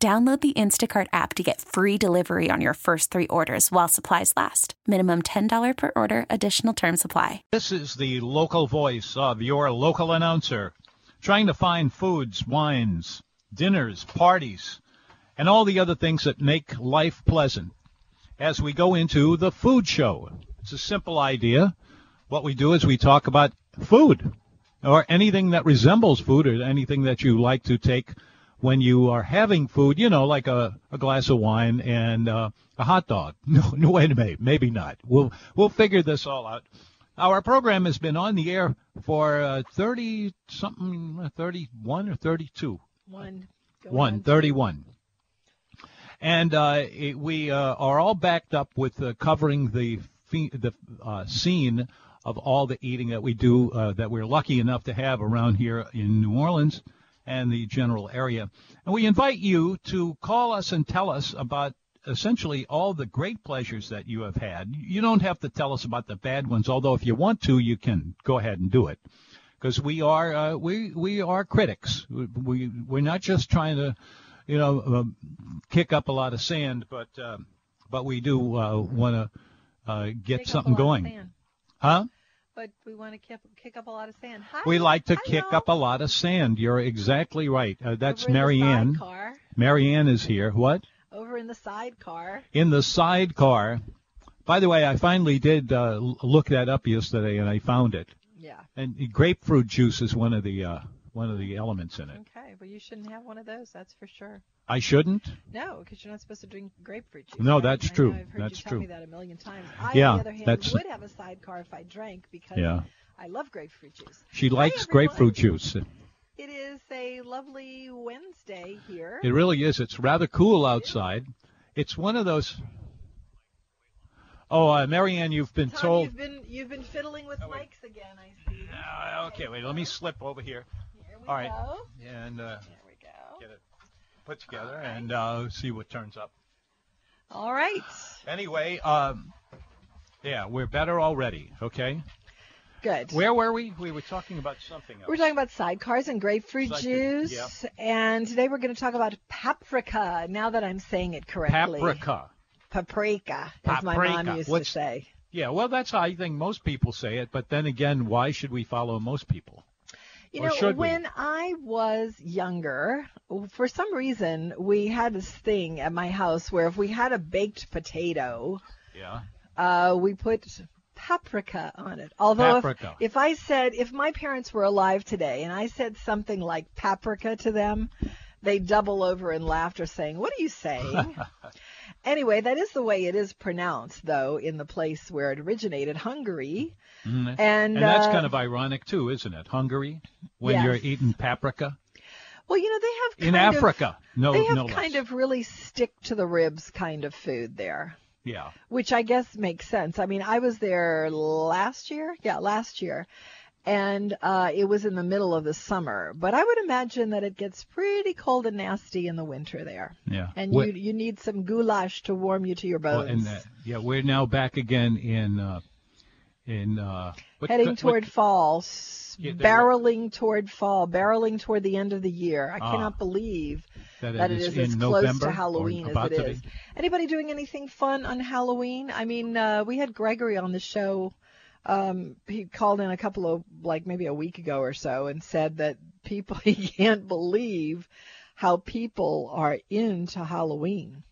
Download the Instacart app to get free delivery on your first three orders while supplies last. Minimum $10 per order, additional term supply. This is the local voice of your local announcer, trying to find foods, wines, dinners, parties, and all the other things that make life pleasant as we go into the food show. It's a simple idea. What we do is we talk about food or anything that resembles food or anything that you like to take when you are having food, you know, like a, a glass of wine and uh, a hot dog. No, no, wait a minute, maybe not. We'll we'll figure this all out. Our program has been on the air for uh, thirty something, thirty one or thirty two. One. Go One on. thirty one. And uh, it, we uh, are all backed up with uh, covering the fe- the uh, scene of all the eating that we do uh, that we're lucky enough to have around here in New Orleans and the general area. And we invite you to call us and tell us about essentially all the great pleasures that you have had. You don't have to tell us about the bad ones, although if you want to, you can go ahead and do it because we are uh, we we are critics. We we're not just trying to, you know, um, kick up a lot of sand, but uh, but we do uh, want to uh, get Kick up a something lot of going, sand. huh? But we want to kick, kick up a lot of sand. Hi, We like to hello. kick up a lot of sand. You're exactly right. Uh, that's Over in the Marianne. sidecar. Marianne is here. What? Over in the sidecar. in the sidecar. By the way, I finally did uh, l- look that up yesterday, and I found it. Yeah. And grapefruit juice is one of the uh, one of the elements in it. Okay. Well, you shouldn't have one of those. That's for sure. I shouldn't. No, because you're not supposed to drink grapefruit juice. No, right? that's I know, true. I've heard That's you tell true. me that a million times. I, Yeah, on the other hand, that's- would have a sidecar if I drank because Yeah. I love grapefruit juice. She Hi, likes everyone. grapefruit juice. It is a lovely Wednesday here. It really is. It's rather cool outside. It's one of those. Oh, uh, Marianne, you've been Tom, told. you've been you've been fiddling with Oh, mics again. I see. Ah, okay, wait. Let me slip over here Here we all right. go. and uh, There we go. get it put together and uh, see what turns up. All right. Anyway, um, yeah, we're better already. Okay. Good. Where were we? We were talking about something else. We're talking about sidecars and grapefruit Sidecar, juice. yeah. And today we're going to talk about paprika, now that I'm saying it correctly. paprika. Paprika, as my Paprika. mom used What's- to say. Yeah, well, that's how I think most people say it. But then again, why should we follow most people? You Or know, should we? when I was younger, for some reason, we had this thing at my house where if we had a baked potato, Yeah. uh, we put paprika on it. Although, if- Paprika. If, I said, if my parents were alive today and I said something like paprika to them, they double over in laughter saying, What are you saying? anyway, that is the way it is pronounced, though, in the place where it originated, Hungary. Mhm. And, And that's uh, kind of ironic too, isn't it? Hungary, when Yes. you're eating paprika well, you know, they have in kind of- Africa, no, they have no kind less. of really stick to the ribs kind of food there. Yeah. which I guess makes sense. I mean, I was there last year. Yeah, last year. And uh, it was in the middle of the summer. But I would imagine that it gets pretty cold and nasty in the winter there. Yeah. And We're- you, you need some goulash to warm you to your well, bones. and that, yeah, we're now back again in uh, in uh, what- Heading what- toward fall, s- Yeah, they were- barreling toward fall, barreling toward the end of the year. I Ah. cannot believe that, that it is, as in close November to or Halloween as about it to be. is. Anybody doing anything fun on Halloween? I mean, uh, we had Gregory on the show. Um, he called in a couple of like maybe a week ago or so and said that people he can't believe how people are into Halloween.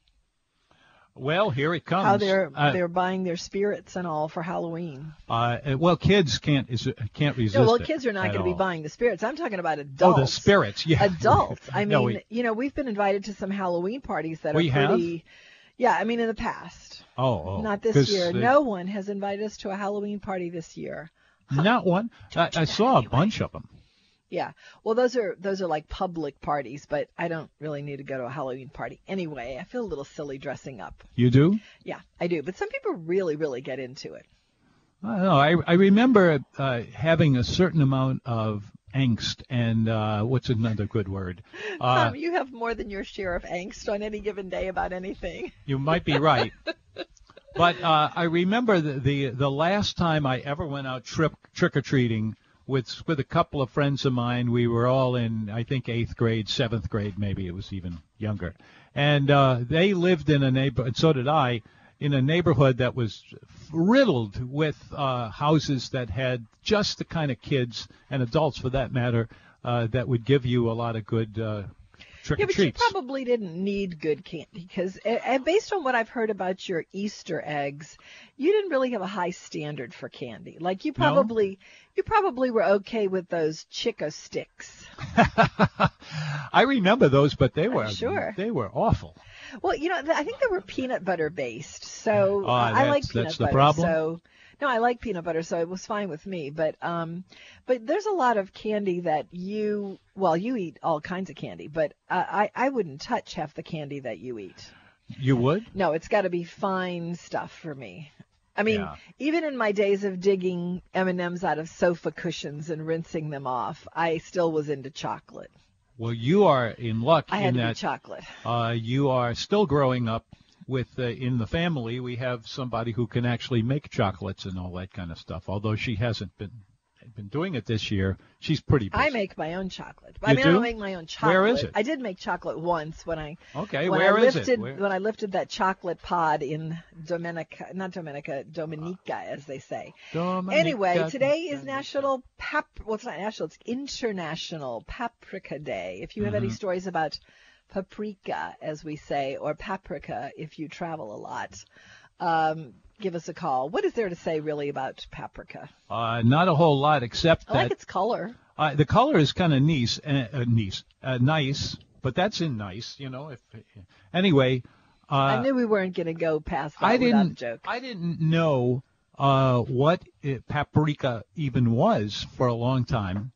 Well, here it comes. How they're Uh, they're buying their spirits and all for Halloween. Uh, well, kids can't is, can't resist. No, well, it kids are not at going to be all. buying the spirits. I'm talking about Oh, adults. the spirits. Yeah. adults. I mean, No, we- you know, we've been invited to some Halloween parties that We are have? pretty. Yeah, I mean, in the past, oh, oh, not this 'cause year. they- No one has invited us to a Halloween party this year. Not one. I, I saw a bunch of them. Yeah. Well, those are those are like public parties, but I don't really need to go to a Halloween party anyway. I feel a little silly dressing up. You do? Yeah, I do. But some people really, really get into it. I don't know. Uh, I, I remember uh, having a certain amount of angst and uh, what's another good word? Uh, Tom, you have more than your share of angst on any given day about anything. you might be right. But uh, I remember the, the the last time I ever went out trip trick or treating with with a couple of friends of mine. We were all in I think eighth grade, seventh grade, maybe it was even younger, and uh, they lived in a neighbor, and so did I, in a neighborhood that was riddled with uh, houses that had just the kind of kids and adults, for that matter, uh, that would give you a lot of good uh, trick Yeah, or but you treats. probably didn't need good candy because, based on what I've heard about your Easter eggs, you didn't really have a high standard for candy. Like you probably, you probably were okay with those Chico sticks. I remember those, but they were sure. they were awful. Well, you know, th- I think they were peanut butter based, so Ah, uh, I that's- like peanut that's the butter. problem. So no, I like peanut butter, so it was fine with me. But um, but there's a lot of candy that you, well, you eat all kinds of candy, but uh, I I wouldn't touch half the candy that you eat. You would? No, it's got to be fine stuff for me. I mean, Yeah. even in my days of digging M&Ms out of sofa cushions and rinsing them off, I still was into chocolate. Well, you are in luck I had in to be that chocolate. uh, you are still growing up with uh, in the family. We have somebody who can actually make chocolates and all that kind of stuff. Although she hasn't been been doing it this year, she's pretty. Busy. I make my own chocolate. I You mean, I do? don't make my own chocolate. Where is it? I did make chocolate once when I Okay, when where I is lifted it? Where- when I lifted that chocolate pod in Dominica, not Dominica, Dominica, as they say. Dominica, Anyway, today is Dominica. National Pap. Well, it's not national; it's International Paprika Day. If you have Mm-hmm. any stories about paprika, as we say, or paprika, if you travel a lot, um, give us a call. What is there to say really about paprika? Uh, not a whole lot except Oh, I that like its color. Uh, the color is kind of nice, uh, uh, nice, uh, nice, but that's in nice, you know. If anyway, uh, I knew we weren't going to go past that I without didn't, a joke. I didn't know uh, what uh paprika even was for a long time,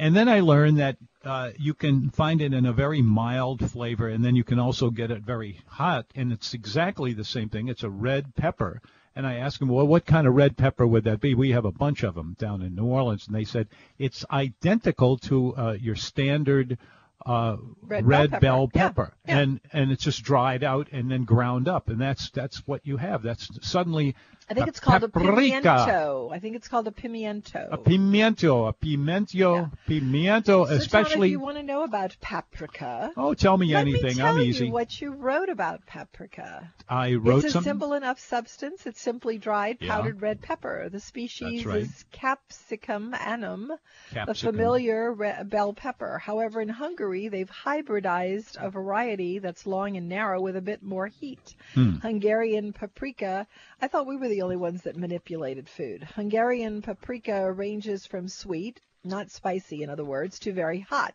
and then I learned that uh, you can find it in a very mild flavor, and then you can also get it very hot, and it's exactly the same thing. It's a red pepper. And I asked him, well, what kind of red pepper would that be? We have a bunch of them down in New Orleans, and they said it's identical to uh, your standard uh, Red red, bell bell pepper. pepper, Yeah, yeah. and and it's just dried out and then ground up, and that's that's what you have. That's suddenly I think a it's called a paprika, pimiento. I think it's called a pimiento. a pimiento, a pimento, pimiento, Oh. So, Tom, if especially. you want to know about paprika, oh, tell me let anything. me tell I'm easy. you what you wrote about paprika. I wrote it's a some. simple enough substance. It's simply dried Yeah. powdered red pepper. The species right. is Capsicum annum, the capsicum. familiar re- bell pepper. However, in Hungary, they've hybridized a variety that's long and narrow with a bit more heat. Hungarian paprika. I thought we were the only ones that manipulated food. Hungarian paprika ranges from sweet, not spicy, in other words, to very hot.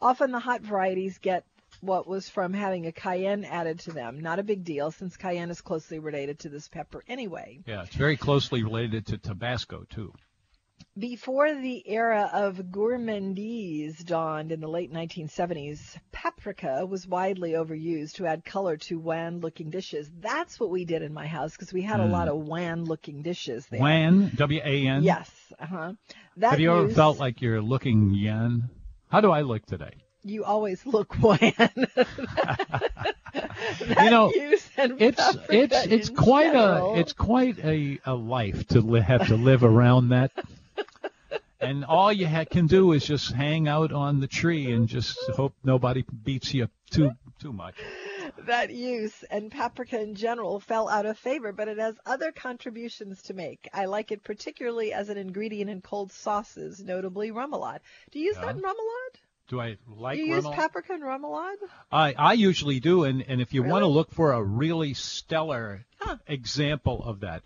Often the hot varieties get what was from having a cayenne added to them. Not a big deal since cayenne is closely related to this pepper anyway. Yeah, it's very closely related to Tabasco too. Before the era of gourmandise dawned in the late 1970s, paprika was widely overused to add color to wan-looking dishes. That's what we did in my house because we had a lot of wan-looking dishes there. Hmm. Wan, W-A-N. Yes. Uh-huh. That Have you ever use- felt like you're looking yen? How do I look today? you always look wan? you know, Use and it's paprika it's it's in quite general. a it's quite a, a life to li- have to live around that and all you ha- can do is just hang out on the tree and just hope nobody beats you too too much that use and paprika in general fell out of favor, but it has other contributions to make. I like it particularly as an ingredient in cold sauces, notably remoulade. Do you use that in remoulade? do i like Do you use remoulade? paprika in remoulade? I, I usually do and, and if you want to Really? look for a really stellar Huh. example of that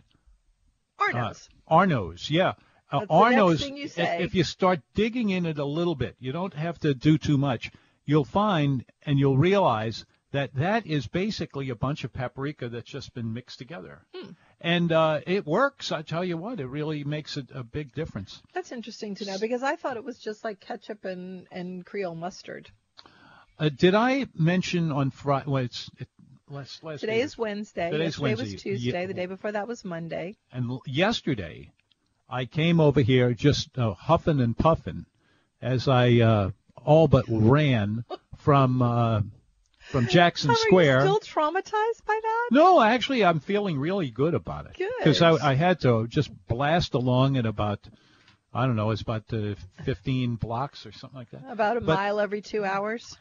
Uh, Arno's. Arno's, yeah. Uh, That's the next Arno's, thing you if- say. if you start digging in it a little bit, you don't have to do too much, you'll find and you'll realize that that is basically a bunch of paprika that's just been mixed together. Hmm. And uh, it works, I tell you what, it really makes a, a big difference. That's interesting to know because I thought it was just like ketchup and, and Creole mustard. Uh, did I mention on Friday? Well, it's it, last, last Today day. is Wednesday. Today is yesterday Wednesday. was Tuesday. Ye- The day before that was Monday. And l- yesterday, I came over here just uh, huffing and puffing as I uh, all but ran from uh, from Jackson Are Square. you still traumatized by that? No, actually, I'm feeling really good about it. Good. Because I, I had to just blast along at about, I don't know, it's about uh, 15 blocks or something like that. About a But- mile every two hours.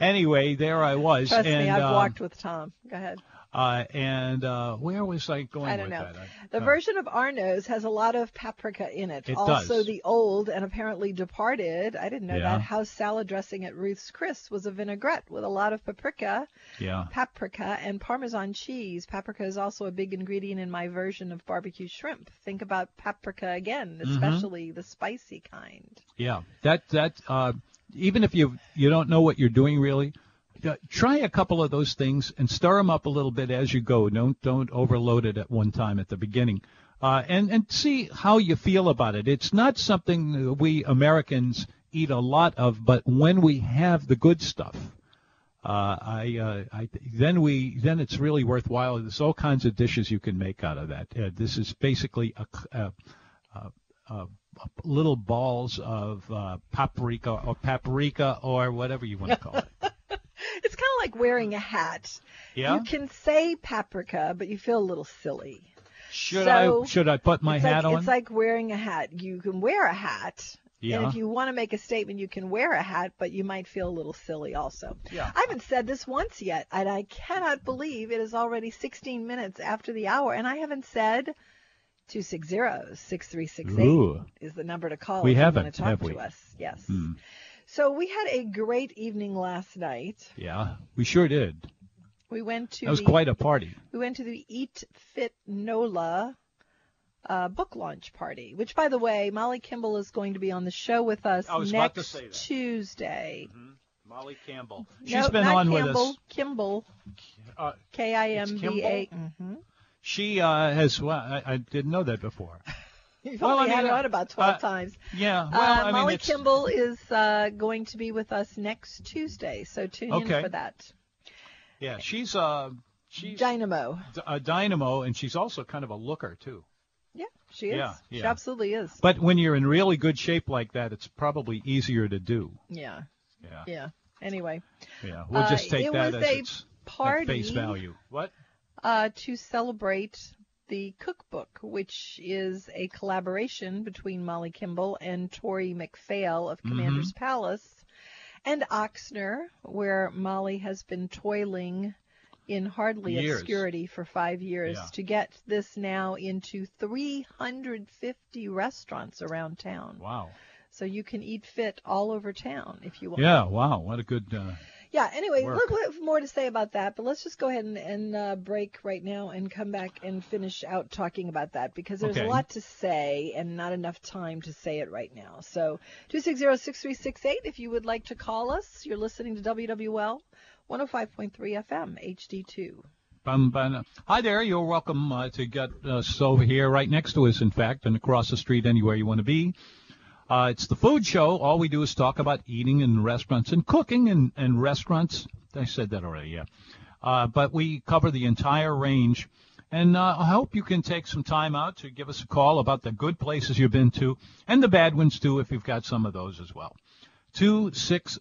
Anyway, there I was. Trust and, me, I've um, walked with Tom. Go ahead. Uh, and uh, where was I going I don't with know. that? I- The uh, version of Arno's has a lot of paprika in it. It also, does. the old and apparently departed, I didn't know Yeah. that, house salad dressing at Ruth's Chris was a vinaigrette with a lot of paprika, Yeah. paprika, and Parmesan cheese. Paprika is also a big ingredient in my version of barbecue shrimp. Think about paprika again, Mm-hmm. especially the spicy kind. Yeah, that that uh, even if you you don't know what you're doing really, uh, try a couple of those things and stir them up a little bit as you go. Don't don't overload it at one time at the beginning, uh, and and see how you feel about it. It's not something that we Americans eat a lot of, but when we have the good stuff, uh, I, uh, I then we then it's really worthwhile. There's all kinds of dishes you can make out of that. Uh, this is basically a, c- a little balls of uh, paprika or paprika or whatever you want to call it. It's kind of like wearing a hat. Yeah. You can say paprika, but you feel a little silly. Should So, I should I put my it's hat like, on? It's like wearing a hat. You can wear a hat. And Yeah. if you want to make a statement, you can wear a hat, but you might feel a little silly also. Yeah. I haven't said this once yet, and I cannot believe it is already 16 minutes after the hour, and I haven't said 260-6368 Ooh. is the number to call We if you want haven't, to talk have to we? Hmm. us. Yes. So we had a great evening last night. yeah, we sure did. We went to That was the, quite a party. we went to the Eat Fit NOLA uh, book launch party, which, by the way, Molly Kimball is going to be on the show with us I was next about to say that. Mm-hmm. Tuesday. Molly Campbell. She's She's been not on Campbell, with us. Kimball, Uh, K I M B A. Mm-hmm. It's she uh, has. Well, I, I didn't know that before. You've Well, only I mean, had it uh, on about 12 uh, times. Yeah. Well, uh, I mean, Molly it's, Kimball is uh, going to be with us next Tuesday, so tune in Okay. for that. Yeah, she's uh, she's Dynamo. a dynamo, and she's also kind of a looker too. Yeah, she is. Yeah, She yeah. absolutely is. But when you're in really good shape like that, it's probably easier to do. Yeah, Yeah. yeah. Anyway, Yeah, we'll Uh, just take it that was as a its party. at face value. What? uh, to celebrate the cookbook, which is a collaboration between Molly Kimball and Tori McPhail Mm-hmm. of Commander's Palace and Oxner, where Molly has been toiling in hardly Years. obscurity for five years Yeah. to get this now into 350 restaurants around town. Wow. So you can eat fit all over town if you want. Yeah. Wow. What a good. Uh, Yeah, anyway, work. look, we have more to say about that, but let's just go ahead and, and uh, break right now and come back and finish out talking about that because there's a Okay. lot to say and not enough time to say it right now. So 260-6368 if you would like to call us. You're listening to WWL 105.3 FM HD2. bum, bum. Hi there. You're welcome uh, to get us over here, right next to us, in fact, and across the street, anywhere you want to be. Uh, it's the food show. All we do is talk about eating in restaurants and cooking and, and restaurants. I said that already, yeah. Uh, but we cover the entire range. And uh, I hope you can take some time out to give us a call about the good places you've been to and the bad ones, too, if you've got some of those as well. 260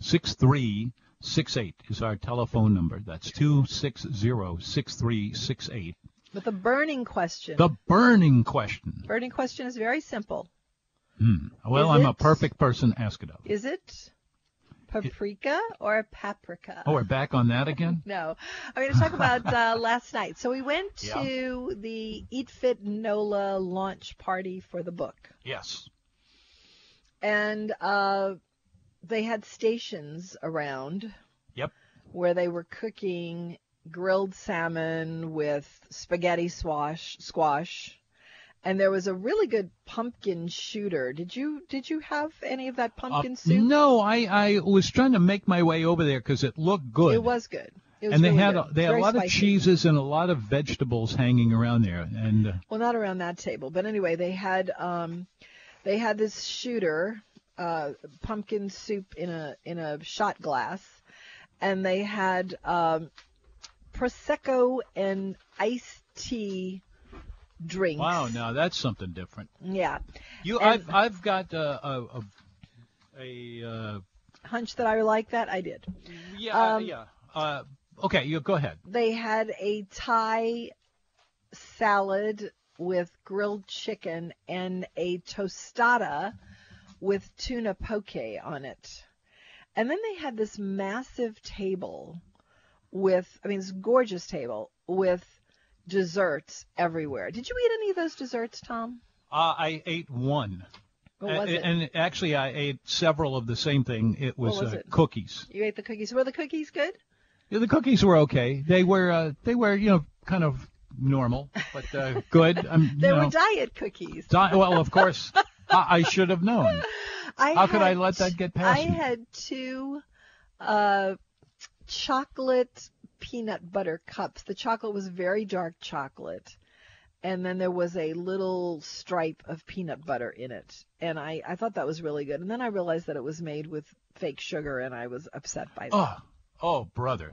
6368 is our telephone number. That's 260 6368. But the burning question, The burning question. Hmm. burning question is very simple. Well, Is I'm a it- perfect person to ask it of. Is it paprika or paprika? Oh, we're back on that again? No, I'm going to talk about uh, last night. So we went Yeah. to the Eat Fit NOLA launch party for the book, Yes. and uh, they had stations around Yep. where they were cooking grilled salmon with spaghetti swash, squash and there was a really good pumpkin shooter. Did you did you have any of that pumpkin Uh, soup? No, I, I was trying to make my way over there because it looked good. It was good. It was and they really had good. a, they had a Very lot of spicy. cheeses and a lot of vegetables hanging around there. And uh, Well, not around that table, but anyway, they had um, they had this shooter, uh, pumpkin soup in a in a shot glass, and they had um, prosecco and iced tea drinks. wow, now that's something different. Yeah, You, And- I've I've got uh, a a, a uh, hunch that I like that. I did. yeah Um, yeah. Uh, okay, you go ahead. They had a Thai salad with grilled chicken and a tostada with tuna poke on it. And then they had this massive table with, I mean, this gorgeous table with desserts everywhere. Did you eat any of those desserts, Tom? Uh, I ate one, What was and, it? and actually I ate several of the same thing. It was, What was uh, it? cookies. you ate the cookies. Were the cookies good? Yeah, the cookies were okay. They were uh, they were you know kind of normal, but uh, good. Um, They you know, were diet cookies. di- well, of course. I I should have known. I How could I had let that t- get past I me? had two uh, chocolate peanut butter cups. The chocolate was very dark chocolate, and then there was a little stripe of peanut butter in it. And I, I thought that was really good. And then I realized that it was made with fake sugar, and I was upset by that. Oh, oh, brother.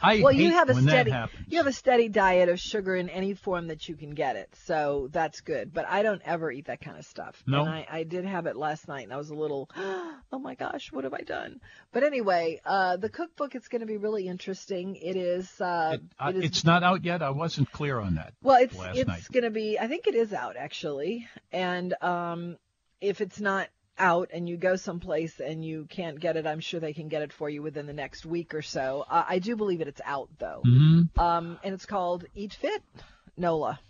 I well, you hate have a when steady that happens. you have a steady diet of sugar in any form that you can get it, so that's good. But I don't ever eat that kind of stuff. No? And I, I did have it last night, and I was a little, oh my gosh, what have I done? But anyway, uh, the cookbook is going to be really interesting. It is. Uh, It- I- it is it's not out yet. I wasn't clear on that. well, it's last night. it's going to be. I think it is out actually, and um, if it's not out and you go someplace and you can't get it, I'm sure they can get it for you within the next week or so. Uh, I do believe that it's out though hmm um, and it's called Eat Fit NOLA.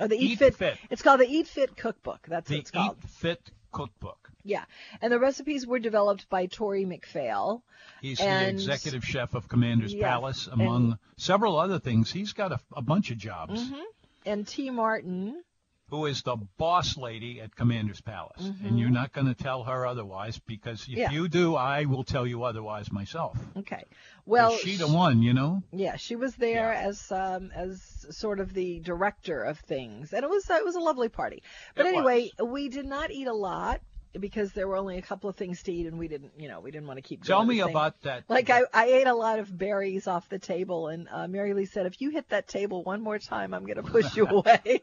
Or the Eat, Eat E Fit, Fit. It's called the Eat Fit Cookbook. That's The what it's called. Eat Fit Cookbook. Yeah. And the recipes were developed by Tori McPhail. He's the And- executive chef of Commander's Yes, Palace, among several other things. He's got a, a bunch of jobs. Mm-hmm. And T. Martin, Who is the boss lady at Commander's Palace? And you're not going to tell her otherwise because if Mm-hmm. Yeah. you do, I will tell you otherwise myself. okay. Well, she the one, you know? yeah, she was there Yeah. as um, as sort of the director of things, and it was uh, it was a lovely party. But It anyway, we did not eat a lot because there were only a couple of things to eat, and we didn't, you know, we didn't want to keep. Tell doing me the same about that. Like I, I ate a lot of berries off the table, and uh, Mary Lee said, "If you hit that table one more time, I'm going to push you away."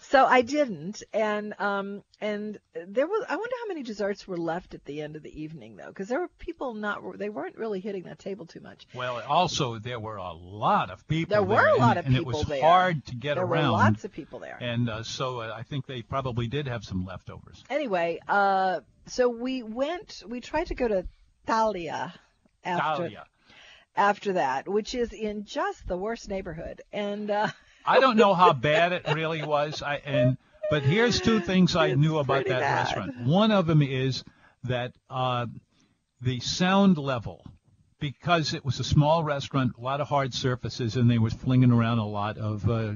so I didn't, and um, and there was. I wonder how many desserts were left at the end of the evening, though, because there were people not. They weren't really hitting that table too much. Well, also there were a lot of people. There were a and- lot of and it people was there. hard to get there around. were lots of people there. and uh, so uh, I think they probably did have some leftovers. anyway, uh, so we went. We tried to go to Thalia after Dahlia. after that, which is in just the worst neighborhood, and. Uh, I don't know how bad it really was. I and but here's two things I It's knew about pretty that bad. restaurant. One of them is that uh, the sound level, because it was a small restaurant, a lot of hard surfaces, and they were flinging around a lot of uh,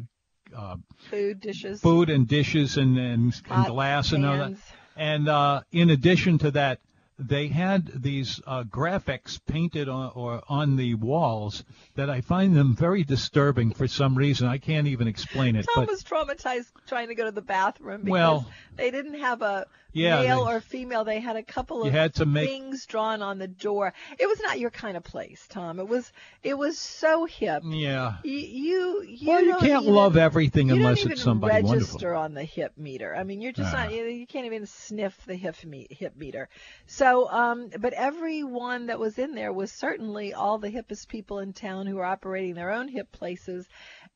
uh, food dishes. food and dishes and and, and Pots, glass and all that. pans. And uh, in addition to that, they had these uh, graphics painted on or on the walls that I find them very disturbing for some reason. I can't even explain it. Tom But was traumatized trying to go to the bathroom because Well- they didn't have a Yeah, male they- or female. They had a couple You of had to make- things drawn on the door. It was not your kind of place, Tom. It was it was so hip. yeah, You you, you Mm. well, you don't can't even- love everything you unless don't even it's somebody register wonderful. on the hip meter. I mean, you're just Ah. not you, you can't even sniff the hip me, hip meter. So, um, but everyone that was in there was certainly all the hippest people in town who were operating their own hip places,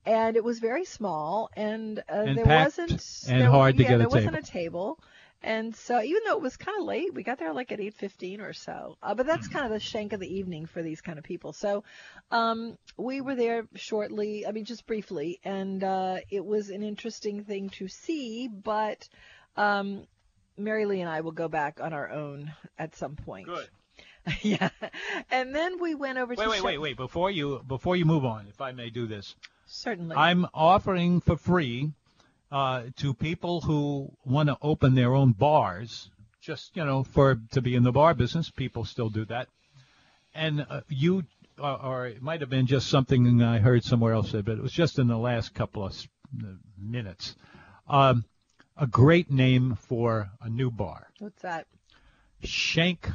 and it was very small, and, uh, And there packed wasn't and there, hard to yeah, get a there wasn't table. a table. And so, even though it was kind of late, we got there like at 8:15 or so. Uh, but Mm-hmm. that's kind of the shank of the evening for these kind of people. So, um, we were there shortly. I mean, just briefly, and uh, it was an interesting thing to see. But um, Mary Lee and I will go back on our own at some point. Good. yeah. And then we went over Wait, to wait, wait, wait! Before you before you move on, if I may do this, Certainly. I'm offering for free uh, to people who want to open their own bars, just you know, for to be in the bar business. People still do that, and uh, you, uh, or it might have been just something I heard somewhere else, but it was just in the last couple of s- uh, minutes. Um, a great name for a new bar, What's that? Shank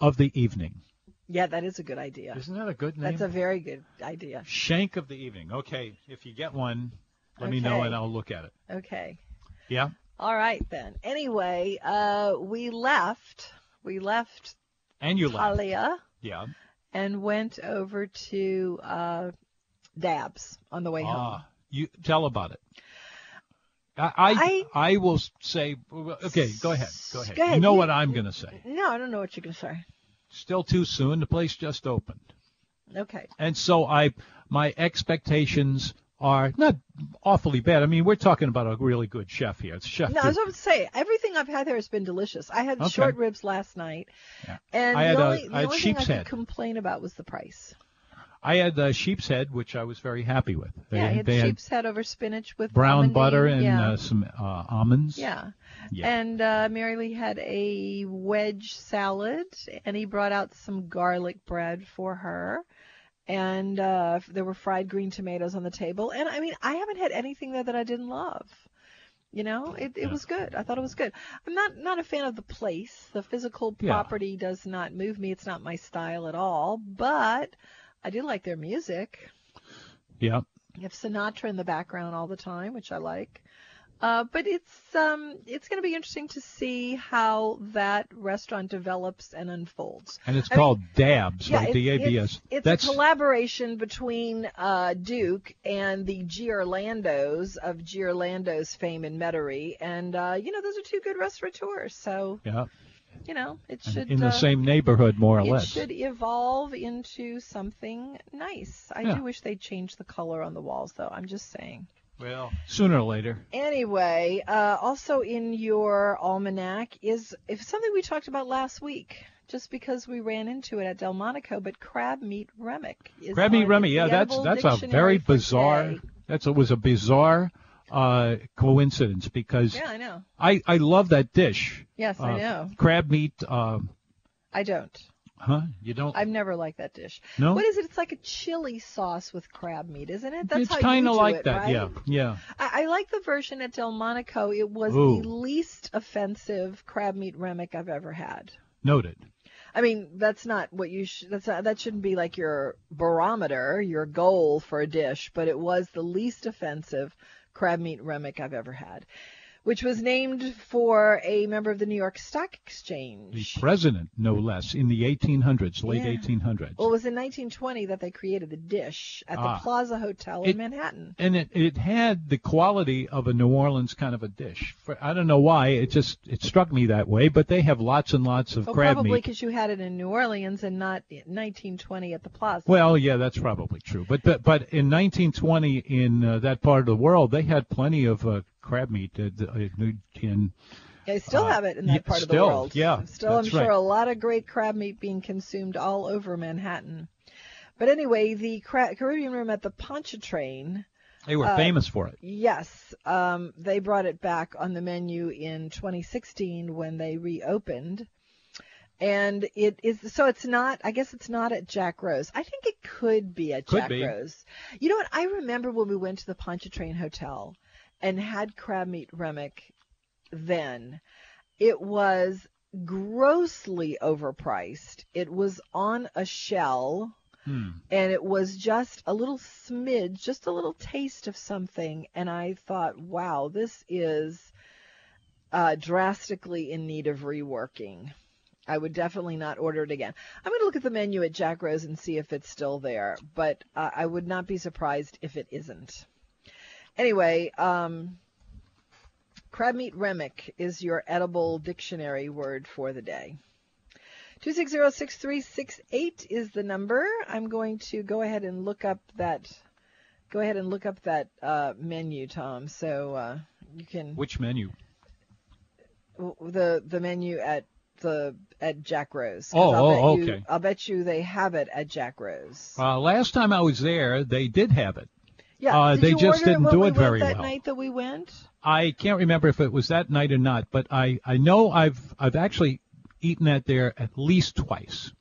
of the Evening. Yeah, that is a good idea. Isn't that a good name? That's a very good idea. Shank of the Evening. Okay, if you get one, let me know Okay. and I'll look at it. Okay. Yeah. All right then. Anyway, uh, we left. We left And you laugh. Talia Yeah. and went over to uh, Dabs on the way home. Ah, you tell about it. I, I I will s- say okay. Go ahead. Go ahead. Go ahead. You know You- what I'm going to say. No, I don't know what you can say. Still too soon. The place just opened, Okay. and so I my expectations are not awfully bad. I mean, we're talking about a really good chef here. It's chef. No, I was about to say everything I've had there has been delicious. I had Okay. short ribs last night, Yeah. and I had the a- only, I the had only thing sheep's I could head. complain about was the price. I had uh, sheep's head, which I was very happy with. They, yeah, I had they sheep's head over spinach with brown almondine. butter and yeah. uh, some uh, almonds. yeah. Yeah. And uh, Mary Lee had a wedge salad, and he brought out some garlic bread for her. And uh, there were fried green tomatoes on the table. And I mean, I haven't had anything there that I didn't love. You know, it, it Yeah. was good. I thought it was good. I'm not not a fan of the place. The physical Yeah. property does not move me. It's not my style at all. But I do like their music. yeah. You have Sinatra in the background all the time, which I like. Uh, but it's um, it's going to be interesting to see how that restaurant develops and unfolds. And it's I mean- called Dabs, right? it's- D A B it's, S. it's That's a collaboration between uh, Duke and the Giorlandos of Giorlando's fame in Metairie, and uh, you know those are two good restaurateurs. So yeah. you know it and should in the uh, same neighborhood, more or it less. should evolve into something nice. I Yeah. do wish they'd change the color on the walls, though. I'm just saying. Well, sooner or later. Anyway, uh, also in your almanac is if something we talked about last week, just because we ran into it at Delmonico, but crab meat remick. Is Grab me on Remy. the Yeah, that's Edible that's a Dictionary very for bizarre. today. That's it was a bizarre uh, coincidence because Yeah, I know. I I love that dish. Yes, I Uh, know. Crab meat. Uh, I don't. huh? You don't. I've never liked that dish. No? What is it? It's like a chili sauce with crab meat, isn't it? That's it's how kind you of do like it, that. right? Yeah. Yeah. I, I like the version at Delmonico. It was Ooh. the least offensive crab meat remick I've ever had. Noted. I mean, that's not what you should. That's not, that shouldn't be like your barometer, your goal for a dish. But it was the least offensive crab meat remick I've ever had, which was named for a member of the New York Stock The Exchange. president, no less, in the 1800s, late Yeah. 1800s. well, it was in 1920 that they created the dish at Ah. the Plaza Hotel in It- Manhattan. and it, it had the quality of a New Orleans kind of a dish. For, I don't know why it just it struck me that way, but they have lots and lots of Well, crab Oh, probably meat. because you had it in New Orleans and not in 1920 at the Plaza. Well, yeah, that's probably true. But but, but in 1920 in uh, that part of the world, they had plenty of uh, crab meat uh, d- uh, in They still Uh, have it in yeah, that part still, of the world. yeah, still, I'm that's sure right. a lot of great crab meat being consumed all over Manhattan. But anyway, the cra- Caribbean room at the Pontchartrain, they were Uh, famous for it. yes, um, they brought it back on the menu in 2016 when they reopened. And it is so it's not. I guess it's not at Jack Rose. I think it could be at Could Jack be. Rose. You know what? I remember when we went to the Pontchartrain Hotel and had crab meat remick then. It was grossly overpriced. It was on a shell Hmm. and it was just a little smidge, just a little taste of something. And I thought, wow, this is uh, drastically in need of reworking. I would definitely not order it again. I'm going to look at the menu at Jack Rose and see if it's still there, but uh, I would not be surprised if it isn't. Anyway, um, crab meat remick is your edible dictionary word for the day. 2606368 is the number. I'm going to go ahead and look up that go ahead and look up that uh, menu, Tom. So uh, you can Which menu? w- the the menu at the at Jack Rose. Oh, 'Cause I'll oh, bet you- okay. I'll bet you they have it at Jack Rose. Uh, last time I was there, they did have it. Yeah. Uh, Did they you just order didn't when do we it went very that well. night that we went? I can't remember if it was that night or not, but I, I know I've I've actually eaten at there at least twice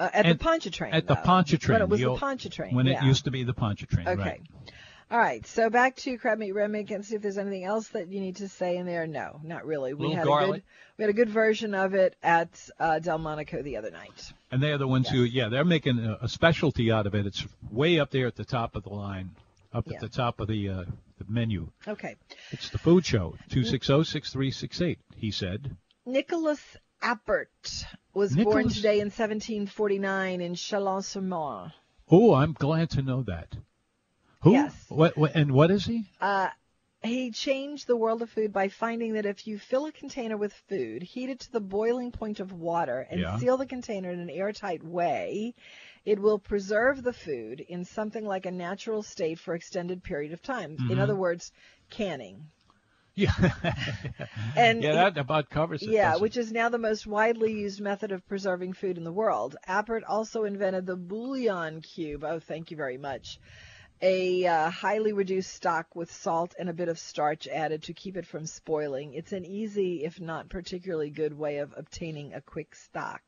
Uh, at And- the Pontchartrain. at the though. Pontchartrain. When it was the the old- Pontchartrain. When yeah. it used to be the Pontchartrain. Okay. Right. All right. So back to crab meat remake and see if there's anything else that you need to say in there. No, not really. We Little had a garlic. good we had a good version of it at uh, Delmonico the other night. And they're the ones who, yeah, they're making a, a specialty out of it. It's way up there at the top of the line, up Yeah. at the top of the, uh, the menu. Okay. It's the food show, Mm-hmm. oh, 260-6368, he said. Nicholas Appert was born Nicholas- today in 1749 in Chalon-sur-Marne. Oh, I'm glad to know that. Who? Yes. What, what, and what is he? Uh, he changed the world of food by finding that if you fill a container with food, heat it to the boiling point of water, and Yeah. seal the container in an airtight way, it will preserve the food in something like a natural state for extended period of time. Mm-hmm. In other words, canning. Yeah, And yeah, that about covers it. yeah, doesn't which is now the most widely used method of preserving food in the world. Appert also invented the bouillon cube. Oh, thank you very much. A uh, highly reduced stock with salt and a bit of starch added to keep it from spoiling. It's an easy, if not particularly good, way of obtaining a quick stock.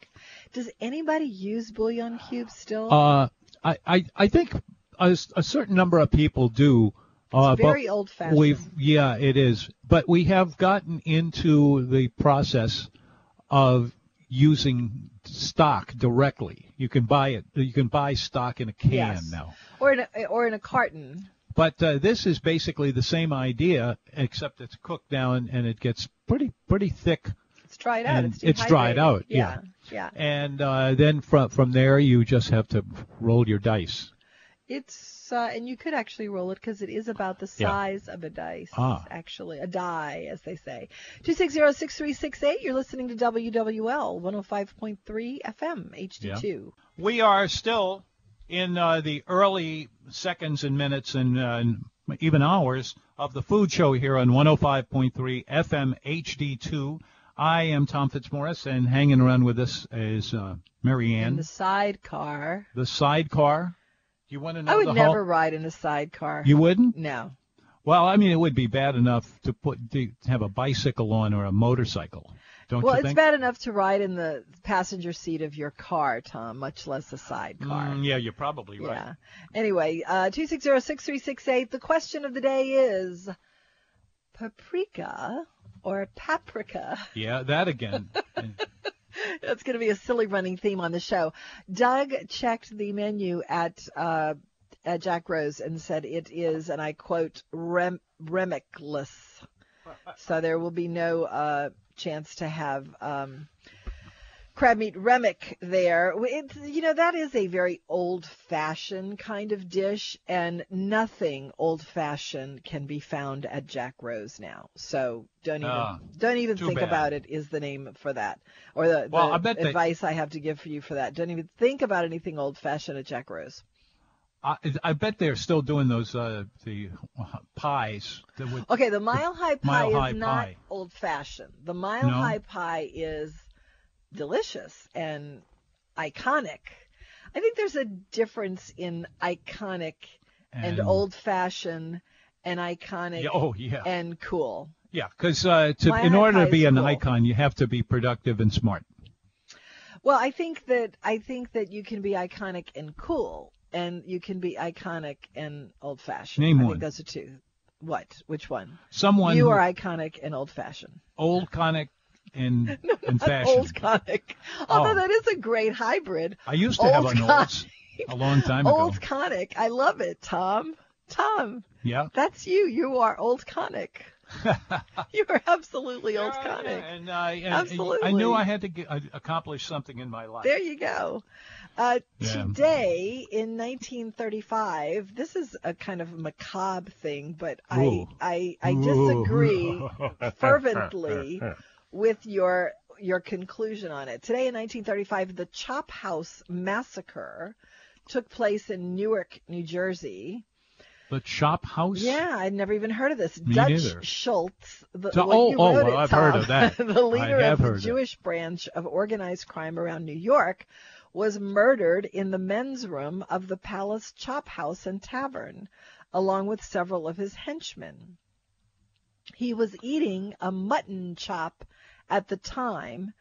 Does anybody use bouillon cubes still? Uh, I, I, I think a, s- a certain number of people do. Uh, but very old-fashioned. We've, yeah, it is. But we have gotten into the process of using stock directly. You can buy it. You can buy stock in a can Yes. now. or in a, or in a carton? But uh, this is basically the same idea, except it's cooked down and it gets pretty pretty thick. It's dried out. And It's, it's dried dehydrated. out, Yeah. Yeah. And uh, then from from there, you just have to roll your dice. It's uh, and you could actually roll it because it is about the Yeah. size of a dice, Ah. actually a die, as they say. Two six zero six three six eight. You're listening to WWL one hundred five point three FM HD two. We are still in uh, the early seconds and minutes and, uh, and even hours of the food show here on 105.3 FM HD2. I am Tom Fitzmaurice, and hanging around with us is uh, Mary And the Ann. sidecar. The sidecar. You want to know I would the never Whole, ride in a sidecar. you wouldn't? no. Well, I mean, it would be bad enough to put to have a bicycle on or a motorcycle, don't Well, you it's think? bad enough to ride in the passenger seat of your car, Tom, much less a sidecar. Mm, yeah, you're probably right. Yeah. Anyway, uh, 260-6368. The question of the day is paprika or paprika? Yeah, that again. That's going to be a silly running theme on the show. Doug checked the menu at, uh, at Jack Rose and said it is, and I quote, rem- remicless. So there will be no uh, chance to have um, crab meat remick there. It's, you know, that is a very old fashioned kind of dish, and nothing old fashioned can be found at Jack Rose now. So don't even, Ah, don't even too think bad. about it, is the name for that. Or the, Well, the I bet they- advice I have to give for you for that. Don't even think about anything old fashioned at Jack Rose. I, I bet they're still doing those uh, the uh, pies. That would, Okay, the mile high pie Mile High is not Pie. old fashioned. The mile No? high pie is delicious and iconic. I think there's a difference in iconic and, old fashioned and iconic Yeah, oh yeah, and cool. yeah. Because uh, to- Mile in High order Pie to be is an cool. icon, you have to be productive and smart. Well, I think that I think that you can be iconic and cool, and you can be iconic and old fashioned. Name I one. think those are two. What? Which one? Someone you who- are iconic and old fashioned. old conic and and fashion. Old conic. Oh. Although that is a great hybrid. I used to have old an old s- a long time Old ago. conic. I love it, Tom. Tom, Yeah. that's you. You are old conic. you are absolutely old conic. and, uh, and- and I Absolutely. knew I had to get, uh, accomplish something in my life. There you go. Uh, Yeah. Today in 1935, this is a kind of macabre thing, but I Ooh. I, I Ooh. disagree fervently with your your conclusion on it. Today in 1935, the Chop House massacre took place in Newark, New Jersey. The chop house. Yeah, I'd never even heard of this. Me Dutch neither. Schultz, the, So- well, oh, you oh, wrote well, it, I've heard Tom. of that. the leader I of have the heard of it. Jewish branch of organized crime around New York was murdered in the men's room of the Palace Chop House and Tavern. along with several of his henchmen. He was eating a mutton chop at the time.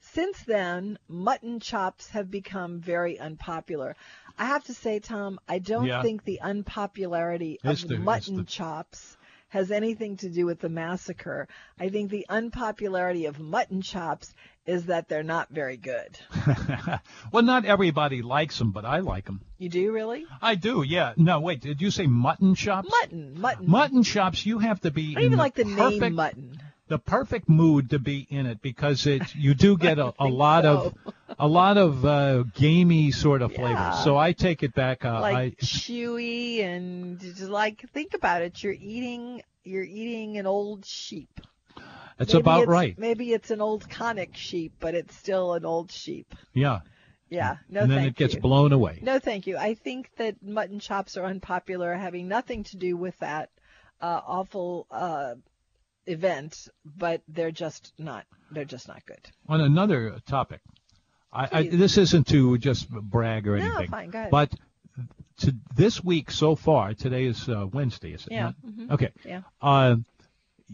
Since then, mutton chops have become very unpopular. I have to say, Tom, I don't Yeah. think the unpopularity It's of the- it's mutton the- chops has anything to do with the massacre. I think the unpopularity of mutton chops is that they're not very good. well, not everybody likes them, but I like them. You do really? I do, yeah. No, wait, did you say mutton chops? Mutton, mutton. Mutton chops, you have to be I don't in even the like the perfect, name mutton. the perfect mood to be in it because it you do get a, a lot of a lot of uh, gamey sort of Yeah. flavors. So I take it back. Uh, like I, chewy and just like think about it. You're eating you're eating an old sheep. it's Maybe about right. Maybe it's an old conic sheep, but it's still an old sheep. Yeah, Yeah. No and then thank it gets you. blown away. No, thank you. I think that mutton chops are unpopular, having nothing to do with that uh, awful uh, event, but they're just not. They're just not good. On another topic, I, I, Please. this isn't to just brag or No, anything, fine, go ahead. but to this week so far, today is uh, Wednesday, is it? Yeah, mm-hmm. not? Okay. Yeah. Uh,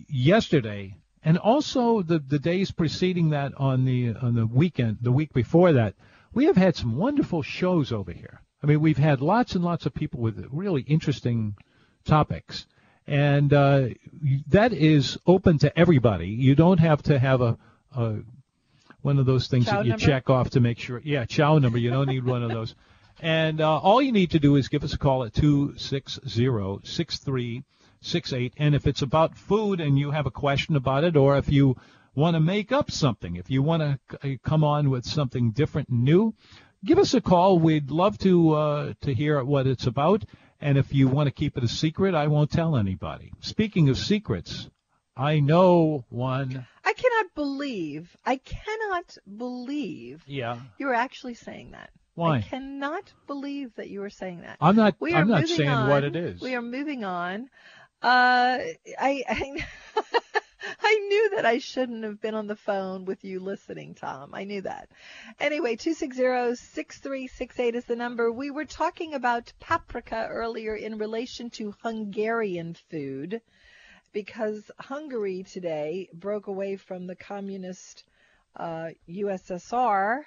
yesterday, and also the the days preceding that on the on the weekend, the week before that, we have had some wonderful shows over here. I mean, we've had lots and lots of people with really interesting topics, and uh, that is open to everybody. You don't have to have a, a one of those things Chow that you number? check off to make sure. Yeah, chow number. You don't need one of those. And uh, all you need to do is give us a call at 260-6368. And if it's about food and you have a question about it, or if you want to make up something, if you want to come on with something different and new, give us a call. We'd love to uh, to hear what it's about. And if you want to keep it a secret, I won't tell anybody. Speaking of secrets, I know one. I cannot believe. I cannot believe Yeah. you were actually saying that. Why? I cannot believe that you were saying that. I'm not. We are I'm not moving saying on. what it is. We are moving on. Uh, I I, I knew that I shouldn't have been on the phone with you listening, Tom. I knew that. Anyway, 260-6368 is the number. We were talking about paprika earlier in relation to Hungarian food because Hungary today broke away from the communist uh, USSR,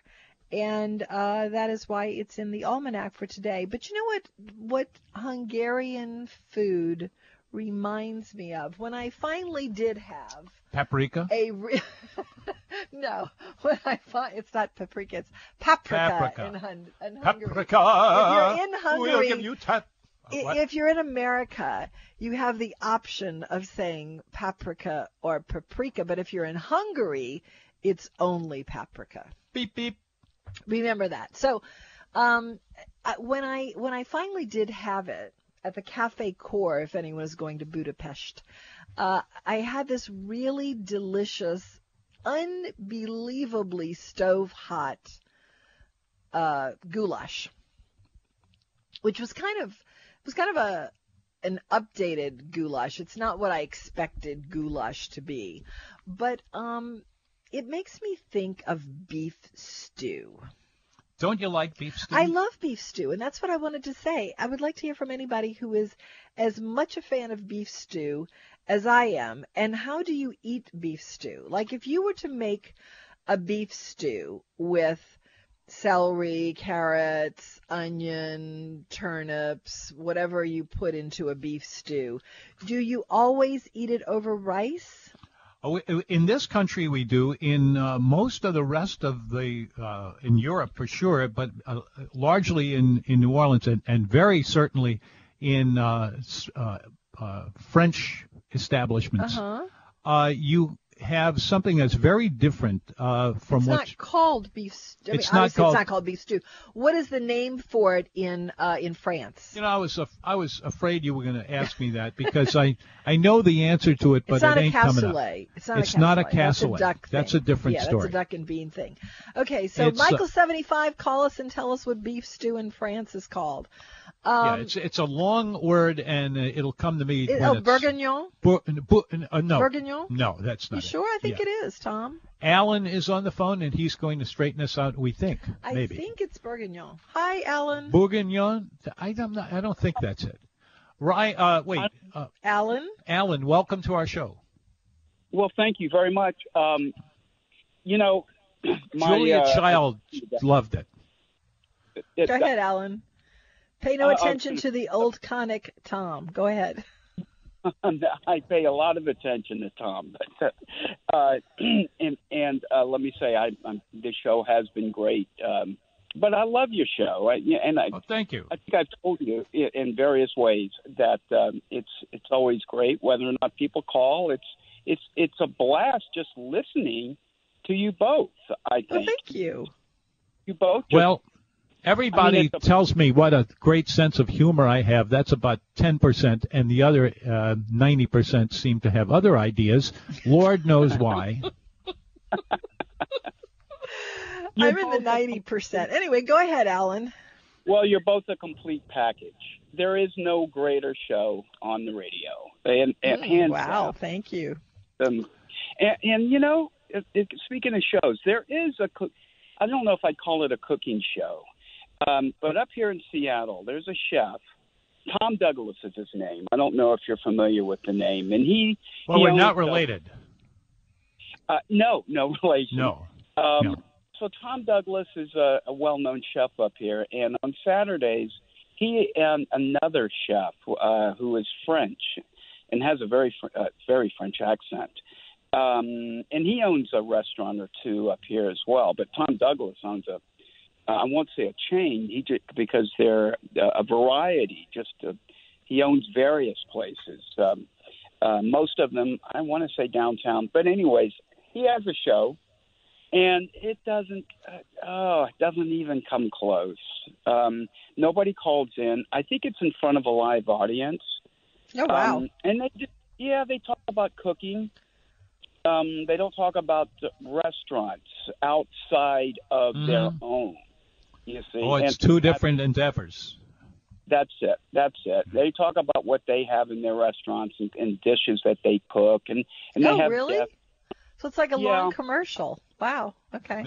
and uh, that is why it's in the almanac for today. But you know what? What Hungarian food reminds me of when I finally did have Paprika. a re- no, when I find it's not paprika, it's paprika, Paprika. in, hun- in Hungary. Paprika. If you're in Hungary, We'll give you ta- I- What? If you're in America, you have the option of saying paprika or paprika, but if you're in Hungary, it's only paprika. beep beep. Remember that. So, um, I- when I when I finally did have it at the Cafe Core, if anyone is going to Budapest, uh, I had this really delicious, unbelievably stove hot uh, goulash, which was kind of it was kind of a an updated goulash. It's not what I expected goulash to be, but um, it makes me think of beef stew. Don't you like beef stew? I love beef stew, and that's what I wanted to say. I would like to hear from anybody who is as much a fan of beef stew as I am. And how do you eat beef stew? Like, if you were to make a beef stew with celery, carrots, onion, turnips, whatever you put into a beef stew, do you always eat it over rice? Oh, in this country, we do. In uh, most of the rest of the, uh, in Europe for sure, but uh, largely in, in New Orleans and, and very certainly in uh, s- uh, uh, French Uh establishments, huh. uh, you have something that's very different uh, from it's what not called beef stew. I mean, It's not obviously called- it's not called beef stew. What is the name for it in uh, in France? You know, I was af- I was afraid you were going to ask me that because I I know the answer to it, but it's not it a ain't coming up. cassoulet. It's not It's a cassoulet. not a That's cassoulet. a duck That's thing. a different yeah, story. that's a duck and bean thing. Okay, so It's, uh, Michael seventy five, call us and tell us what beef stew in France is called. yeah, Um, it's it's a long word, and uh, it'll come to me it- when oh, it's bourguignon. Bu- bu- uh, no, Bourguignon? No, that's not. You it. sure? I think Yeah. it is, Tom. Alan is on the phone, and he's going to straighten us out. We think I maybe think it's bourguignon. Hi, Alan. bourguignon. I don't. know- I don't think that's it. Right. Uh, wait, uh, Alan? Alan, welcome to our show. Well, thank you very much. Um, you know, my, Julia uh, Child loved it. it- Go ahead, Alan. Pay no Uh, I was attention gonna- to the old conic Tom. Go ahead. I pay a lot of attention to Tom, but uh, and and uh, let me say, I, I'm, this show has been great. Um, but I love your show, I, and I, Oh, thank you. I think I've told you i- in various ways that um, it's it's always great whether or not people call. It's it's it's a blast just listening to you both. I think Well, thank you. you both. Just, Well, everybody I mean, it's a- tells me what a great sense of humor I have. That's about 10%, and the other uh, 90% seem to have other ideas. Lord knows why. I'm in the 90%. Anyway, go ahead, Alan. well, you're both a complete package. There is no greater show on the radio, and, and hands wow, down. thank you. um, and, and you know, it, it, speaking of shows, there is a cook. I don't know if I'd call it a cooking show, um, but up here in Seattle, there's a chef. Tom Douglas is his name. I don't know if you're familiar with the name, and he. Well, he we're owns not a- related. uh, no, no relation. No. Um, No. So Tom Douglas is a, a well-known chef up here, and on Saturdays he and another chef uh, who is French and has a very fr- uh, very French accent, um, and he owns a restaurant or two up here as well. But Tom Douglas owns a uh, I won't say a chain, he just, because they're uh, a variety. Just uh he owns various places. Um, uh, most of them, I want to say downtown, but anyways, he has a show, and it doesn't. Uh, oh, it doesn't even come close. Um, nobody calls in. I think it's in front of a live audience. Oh, wow. Um, and they just, yeah, they talk about cooking. Um, they don't talk about restaurants outside of their Mhm. own. You see, Oh, it's And two that- different endeavors. That's it. That's it. They talk about what they have in their restaurants and, and dishes that they cook, and and they oh, have really? chefs, So it's like a Yeah. long commercial. Wow. Okay.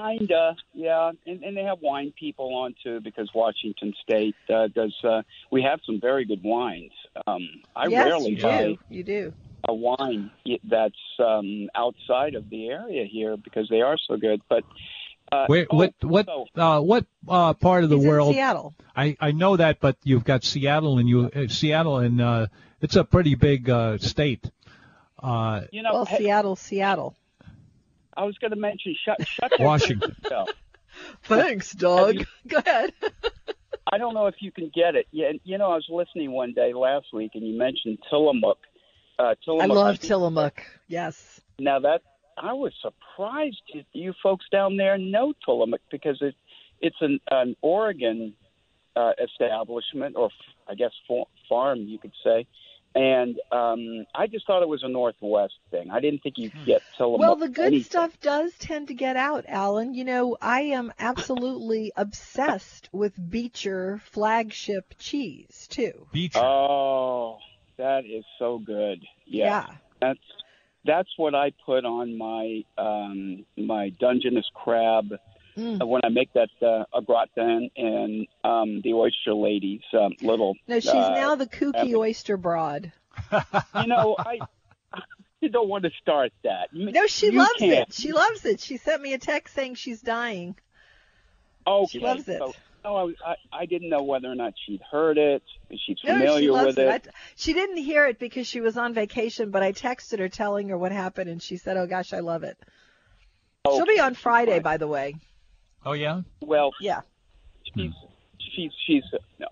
kinda, yeah, and, and they have wine people on too because Washington State uh, does. Uh, we have some very good wines. Um, I yes, rarely you buy do. You do. a wine that's um, outside of the area here because they are so good. But uh, Where, oh, what what so- uh, what uh, part of the He's in world? Seattle. I, I know that, but you've got Seattle and you uh, Seattle and uh, it's a pretty big uh, state. Uh, you know, well, hey, Seattle, Seattle. I was going to mention shut shut that Washington. yourself. Thanks, dog. Go ahead. I don't know if you can get it. Yeah, and, you know, I was listening one day last week, and you mentioned Tillamook. Uh, I Tillamook. love Tillamook. Yes. Now that I was surprised you, you folks down there know Tillamook because it it's an an Oregon uh, establishment, or f- I guess for, farm you could say. And um, I just thought it was a Northwest thing. I didn't think you could get Tillamook. Well, the good any- stuff does tend to get out, Alan. You know, I am absolutely obsessed with Beecher flagship cheese, too. Beach. Oh, that is so good. yeah. that's that's what I put on my um, my Dungeness crab Yeah. Mm. uh, when I make that uh, au gratin and um, the oyster lady's um, little. No, she's uh, now the kooky epic. oyster broad. You know, I, I don't want to start that. You- No, she you loves can't. it. She loves it. She sent me a text saying she's dying. Oh, Okay, she loves it. So, no, I, was- I I didn't know whether or not she'd heard it. Is she No, familiar she loves with it. I t- she didn't hear it because she was on vacation, but I texted her telling her what happened, and she said, "Oh gosh, I love it." She'll be Okay, on Friday, Oh, fine. by the way. Oh yeah. Well, Yeah. she's she's she's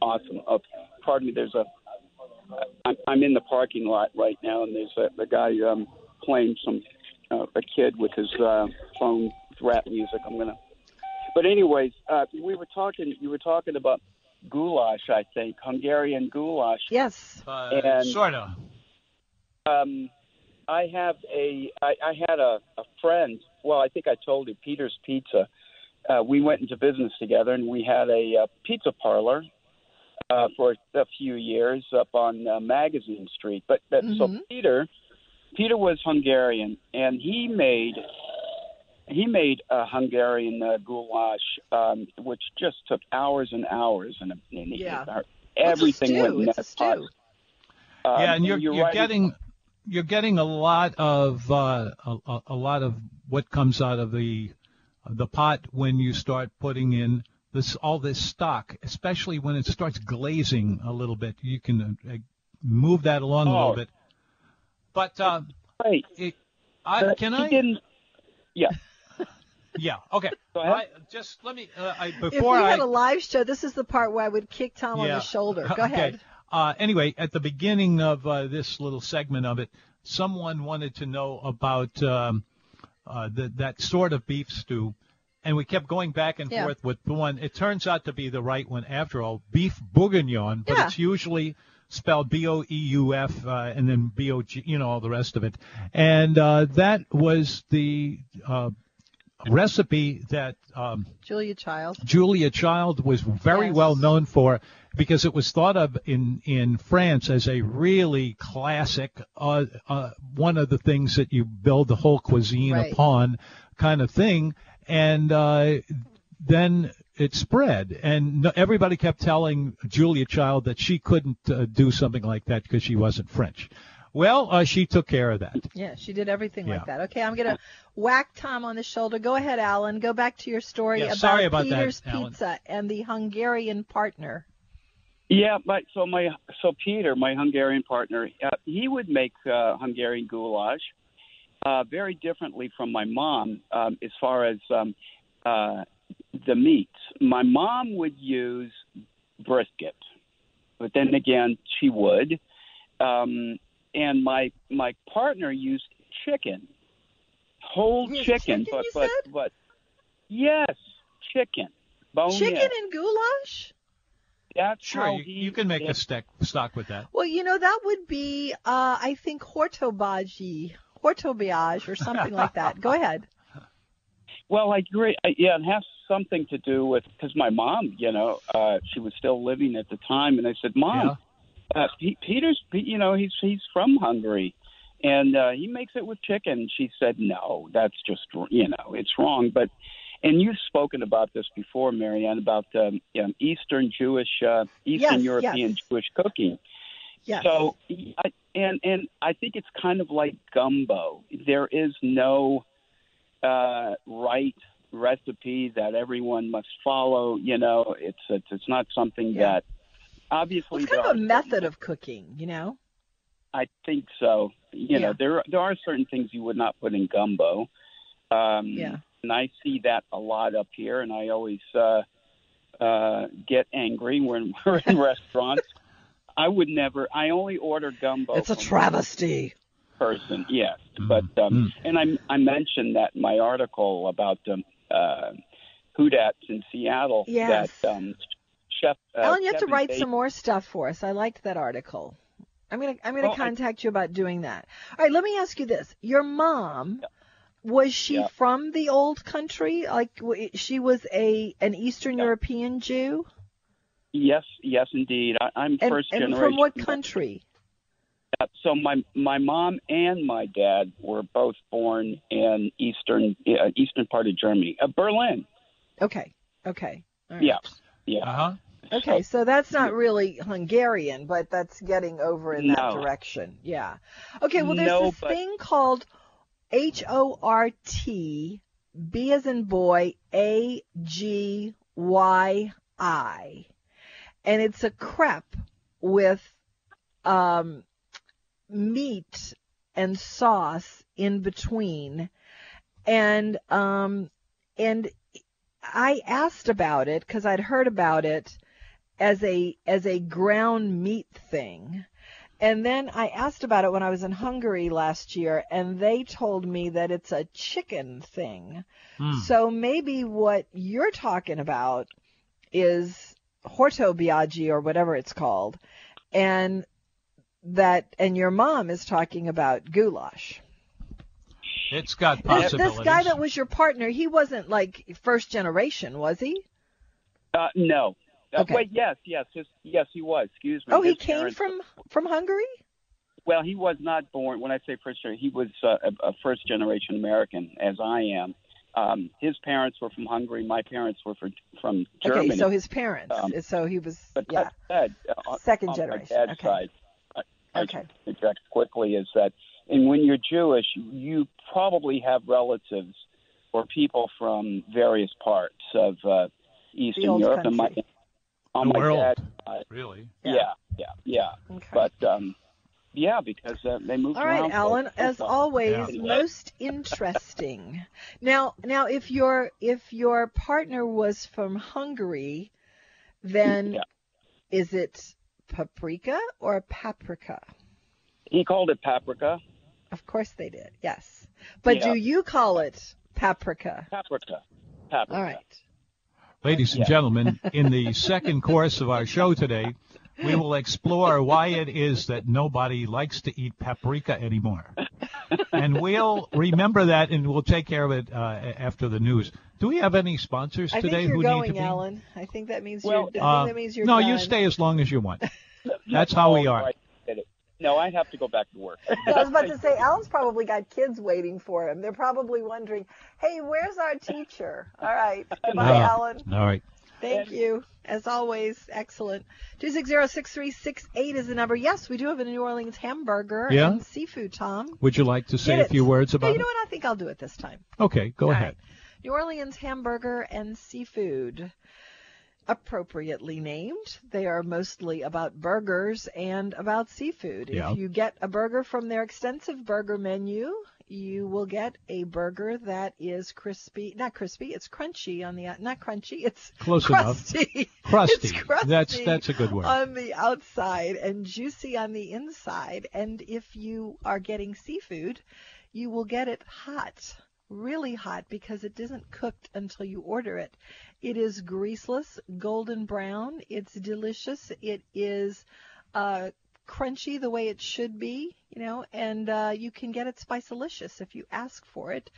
awesome. Oh, pardon me. There's a I'm, I'm in the parking lot right now, and there's a, a guy um, playing some uh, a kid with his uh, phone rap music. I'm gonna. But anyways, uh, we were talking. You were talking about goulash, I think Hungarian goulash. Yes. Uh, And- sorta. Um, I have a. I, I had a, a friend. Well, I think I told you, Peter's Pizza. Uh, we went into business together, and we had a, uh pizza parlor uh, for a few years up on uh, Magazine Street. But that, so Mhm. Peter, Peter was Hungarian, and he made he made a Hungarian uh, goulash, um, which just took hours and hours, and, and he- Yeah. everything stew. went in It's that a pot. stew. Um, yeah, and you're you're you're, right. getting you're getting a lot of uh, a, a- a lot of what comes out of the the pot when you start putting in this all this stock, especially when it starts glazing a little bit. You can uh, move that along a Oh. little bit. But uh, Right. it, I, But can he I? Didn't, yeah. Yeah. Okay. Go ahead. I, just let me. Uh, I, If before we I had a live show, this is the part where I would kick Tom on Yeah. the shoulder. Uh, Go okay. ahead. Uh, anyway, at the beginning of uh, this little segment of it, someone wanted to know about um, uh, the, that sort of beef stew, and we kept going back and Yeah. forth with the one. It turns out to be the right one after all, beef bourguignon, but Yeah. it's usually spelled B-O-E-U-F uh, and then B-O-G, you know, all the rest of it. And uh, that was the uh, recipe that um, – Julia Child. Julia Child was very Yes. well known for because it was thought of in, in France as a really classic, uh, uh, one of the things that you build the whole cuisine Right. upon kind of thing. And uh, then it spread. And no, everybody kept telling Julia Child that she couldn't uh, do something like that because she wasn't French. Well, uh, she took care of that. Yeah, she did everything like Yeah. that. Okay, I'm gonna whack Tom on the shoulder. Go ahead, Alan. Go back to your story Yeah, about, sorry about that, Peter's Alan. Pizza and the Hungarian partner. Yeah, but so my so Peter, my Hungarian partner, uh, he would make uh, Hungarian goulash uh, very differently from my mom um, as far as um, uh, the meats. My mom would use brisket, but then again, she would, um, and my my partner used chicken, whole Yeah, chicken, chicken, but you but said? but yes, chicken, bone Chicken and goulash? That's Sure, how you, he you can make did a stack, stock with that. Well, you know that would be, uh, I think, hortobagi, hortobiage, or something like that. Go ahead. Well, I agree. I, yeah, it has something to do with because my mom, you know, uh, she was still living at the time, and I said, "Mom, uh, P- Peter's, P- you know, he's he's from Hungary, and uh, he makes it with chicken." She said, "No, that's just you know, it's wrong." But and you've spoken about this before, Marianne, about um, you know, Eastern Jewish, uh, Eastern Yes, European yes. Jewish cooking. Yes. So, I, and and I think it's kind of like gumbo. There is no uh, right recipe that everyone must follow. You know, it's it's, it's not something Yeah. that obviously. Well, it's kind there of a are method certain- of cooking, you know. I think so. Yeah. You know, there there are certain things you would not put in gumbo. Um, Yeah. And I see that a lot up here, and I always uh, uh, get angry when we're in restaurants. I would never. I only order gumbo. It's a from travesty. person, yes. Mm, But um, and I I mentioned that in my article about um, uh, Hoodats in Seattle. Yes. That um, chef. Uh, Alan, you have to Kevin write Bacon- some more stuff for us. I liked that article. I'm gonna I'm gonna Well, I- contact you about doing that. All right, let me ask you this: Your mom was she Yeah. from the old country? Like w- she was a an Eastern Yeah. European Jew, Yes, yes, indeed. I, I'm and, first and generation. from what country? Uh, So my my mom and my dad were both born in eastern uh, eastern part of Germany, uh, Berlin. Okay, okay, all right. Yeah. Yeah. Uh huh. Okay, so that's not really Hungarian, but that's getting over in that No. direction. Yeah. Okay, well, there's No, this but- thing called H O R T, B as in boy, A G Y I. And it's a crepe with um, meat and sauce in between. And, um, and I asked about it because I'd heard about it as a as a ground meat thing. And then I asked about it when I was in Hungary last year, and they told me that it's a chicken thing. Mm. So maybe what you're talking about is hortobiagi or whatever it's called, and that and your mom is talking about goulash. It's got This, possibilities. this guy that was your partner, he wasn't like first generation, was he? Ah. Uh, no. Uh, Okay. wait, yes, yes, his, yes, he was. Excuse me. Oh, he His came parents- from from Hungary. Well, he was not born. When I say first generation, he was uh, a, a first generation American, as I am. Um, his parents were from Hungary. My parents were for, from Germany. Okay, so his parents. Um, so he was But yeah. that said, uh, on- Second on generation, My dad's okay. side, I, I Okay. should interject quickly is that, and when you're Jewish, you probably have relatives or people from various parts of uh, Eastern old Europe. And my, country. on The Oh, my world. dad's side, Really? Yeah. yeah, yeah, yeah. Okay. But um, yeah, because uh, they moved All around. right, Alan. quite- As quite- always, Yeah. most interesting. Now, now, if your if your partner was from Hungary, then Yeah. is it paprika or paprika? He called it paprika. Of course they did. Yes, but Yeah. do you call it paprika? Paprika. Paprika. All right. Ladies and Yeah. gentlemen, in the second course of our show today, we will explore why it is that nobody likes to eat paprika anymore. And we'll remember that and we'll take care of it uh, a- after the news. Do we have any sponsors I today think you're who going, need to be? Alan. I think that means Well, you're. I Uh, think that means you're. no, you done. stay as long as you want. That's how we Oh, are. I get it. No, I have to go back to work. I was about to say, Alan's probably got kids waiting for him. They're probably wondering, "Hey, where's our teacher?" All right, goodbye, No. Alan. All right. Thank you. As always, excellent. 260-6368 is the number. Yes, we do have a New Orleans hamburger Yeah? and seafood, Tom. Would you like to say Get a it. few words Yeah, about you know what? I think I'll do it this time. it? Okay, go All ahead. right. New Orleans hamburger and seafood. Appropriately named. They are mostly about burgers and about seafood. Yeah. If you get a burger from their extensive burger menu, you will get a burger that is crispy, not crispy, it's crunchy on the out- not crunchy, it's Close enough. crusty. Crusty. It's crusty. That's that's a good word. on the outside and juicy on the inside. And if you are getting seafood, you will get it hot, really hot, because it isn't cooked until you order it. It is greaseless, golden brown. It's delicious. It is uh, crunchy the way it should be, you know, and uh, you can get it Spicelicious if you ask for it.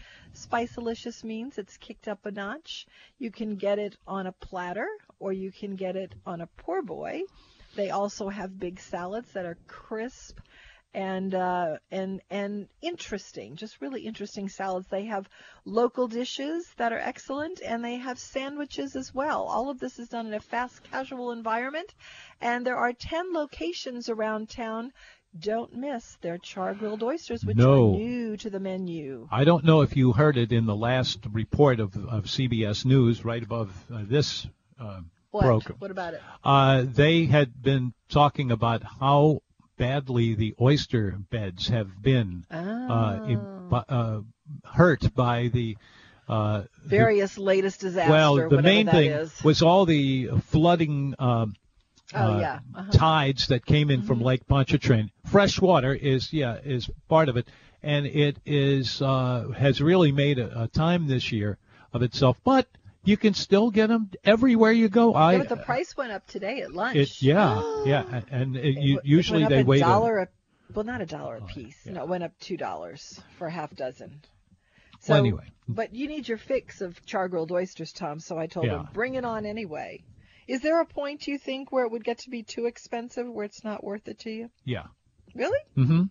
Spicelicious means it's kicked up a notch. You can get it on a platter or you can get it on a poor boy. They also have big salads that are crisp and uh, and and interesting, just really interesting salads. They have local dishes that are excellent, and they have sandwiches as well. All of this is done in a fast, casual environment, and there are ten locations around town. Don't miss their char grilled oysters, which No. are new to the menu. I don't know if you heard it in the last report of, of CBS News, right above uh, this uh, What? program. What about it? Uh, they had been talking about how badly the oyster beds have been uh, Oh. Ah. im- bu- uh, hurt by the. Uh, Various latest disaster. well, the whatever main that thing is. was all the flooding um, Oh uh, yeah. Uh-huh. Mm-hmm. tides that came in from Lake Pontchartrain. Fresh water is yeah is part of it, and it is uh, has really made a, a time this year of itself. But you can still get them everywhere you go. I uh, Yeah, but the price went up today at lunch. it, yeah yeah, and it, It you, w- it usually went up they a wait. a- Oh, dollar a, well not a dollar a piece yeah. no it went up two dollars for a half dozen so Well, anyway. but you need your fix of char grilled oysters tom so i told him Yeah. bring it on anyway is there a point you think where it would get to be too expensive where it's not worth it to you Yeah. really hmm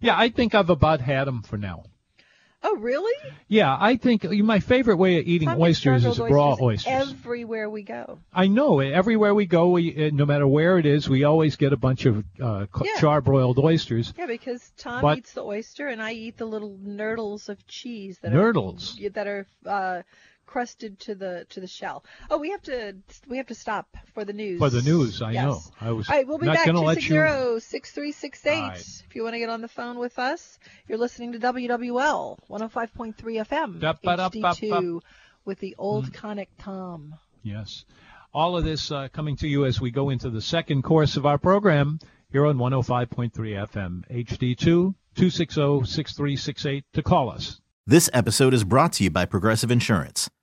Yeah, I think I've about had them for now. oh really Yeah, I think uh, my favorite way of eating Tom gets oysters is char-grilled raw oysters oysters. everywhere we go I know. e, Everywhere we go, we, uh, no matter where it is, we always get a bunch of uh, co- Yeah. char-broiled oysters. yeah because tom But- eats the oyster and i eat the little nurdles of cheese that are Nurdles. y- that are uh, crusted to the to the shell. Oh, we have to we have to stop for the news. For the news, I Yes. know. I was All right, we'll be not back going to let you. 260-6368 All right. if you want to get on the phone with us. You're listening to WWL 105.3 FM Dup, ba, dup, bup, HD2 with the Mm. old conic Tom. Yes. All of this uh, coming to you as we go into the second course of our program here on 105.3 FM HD2 260-6368 to call us. This episode is brought to you by Progressive Insurance.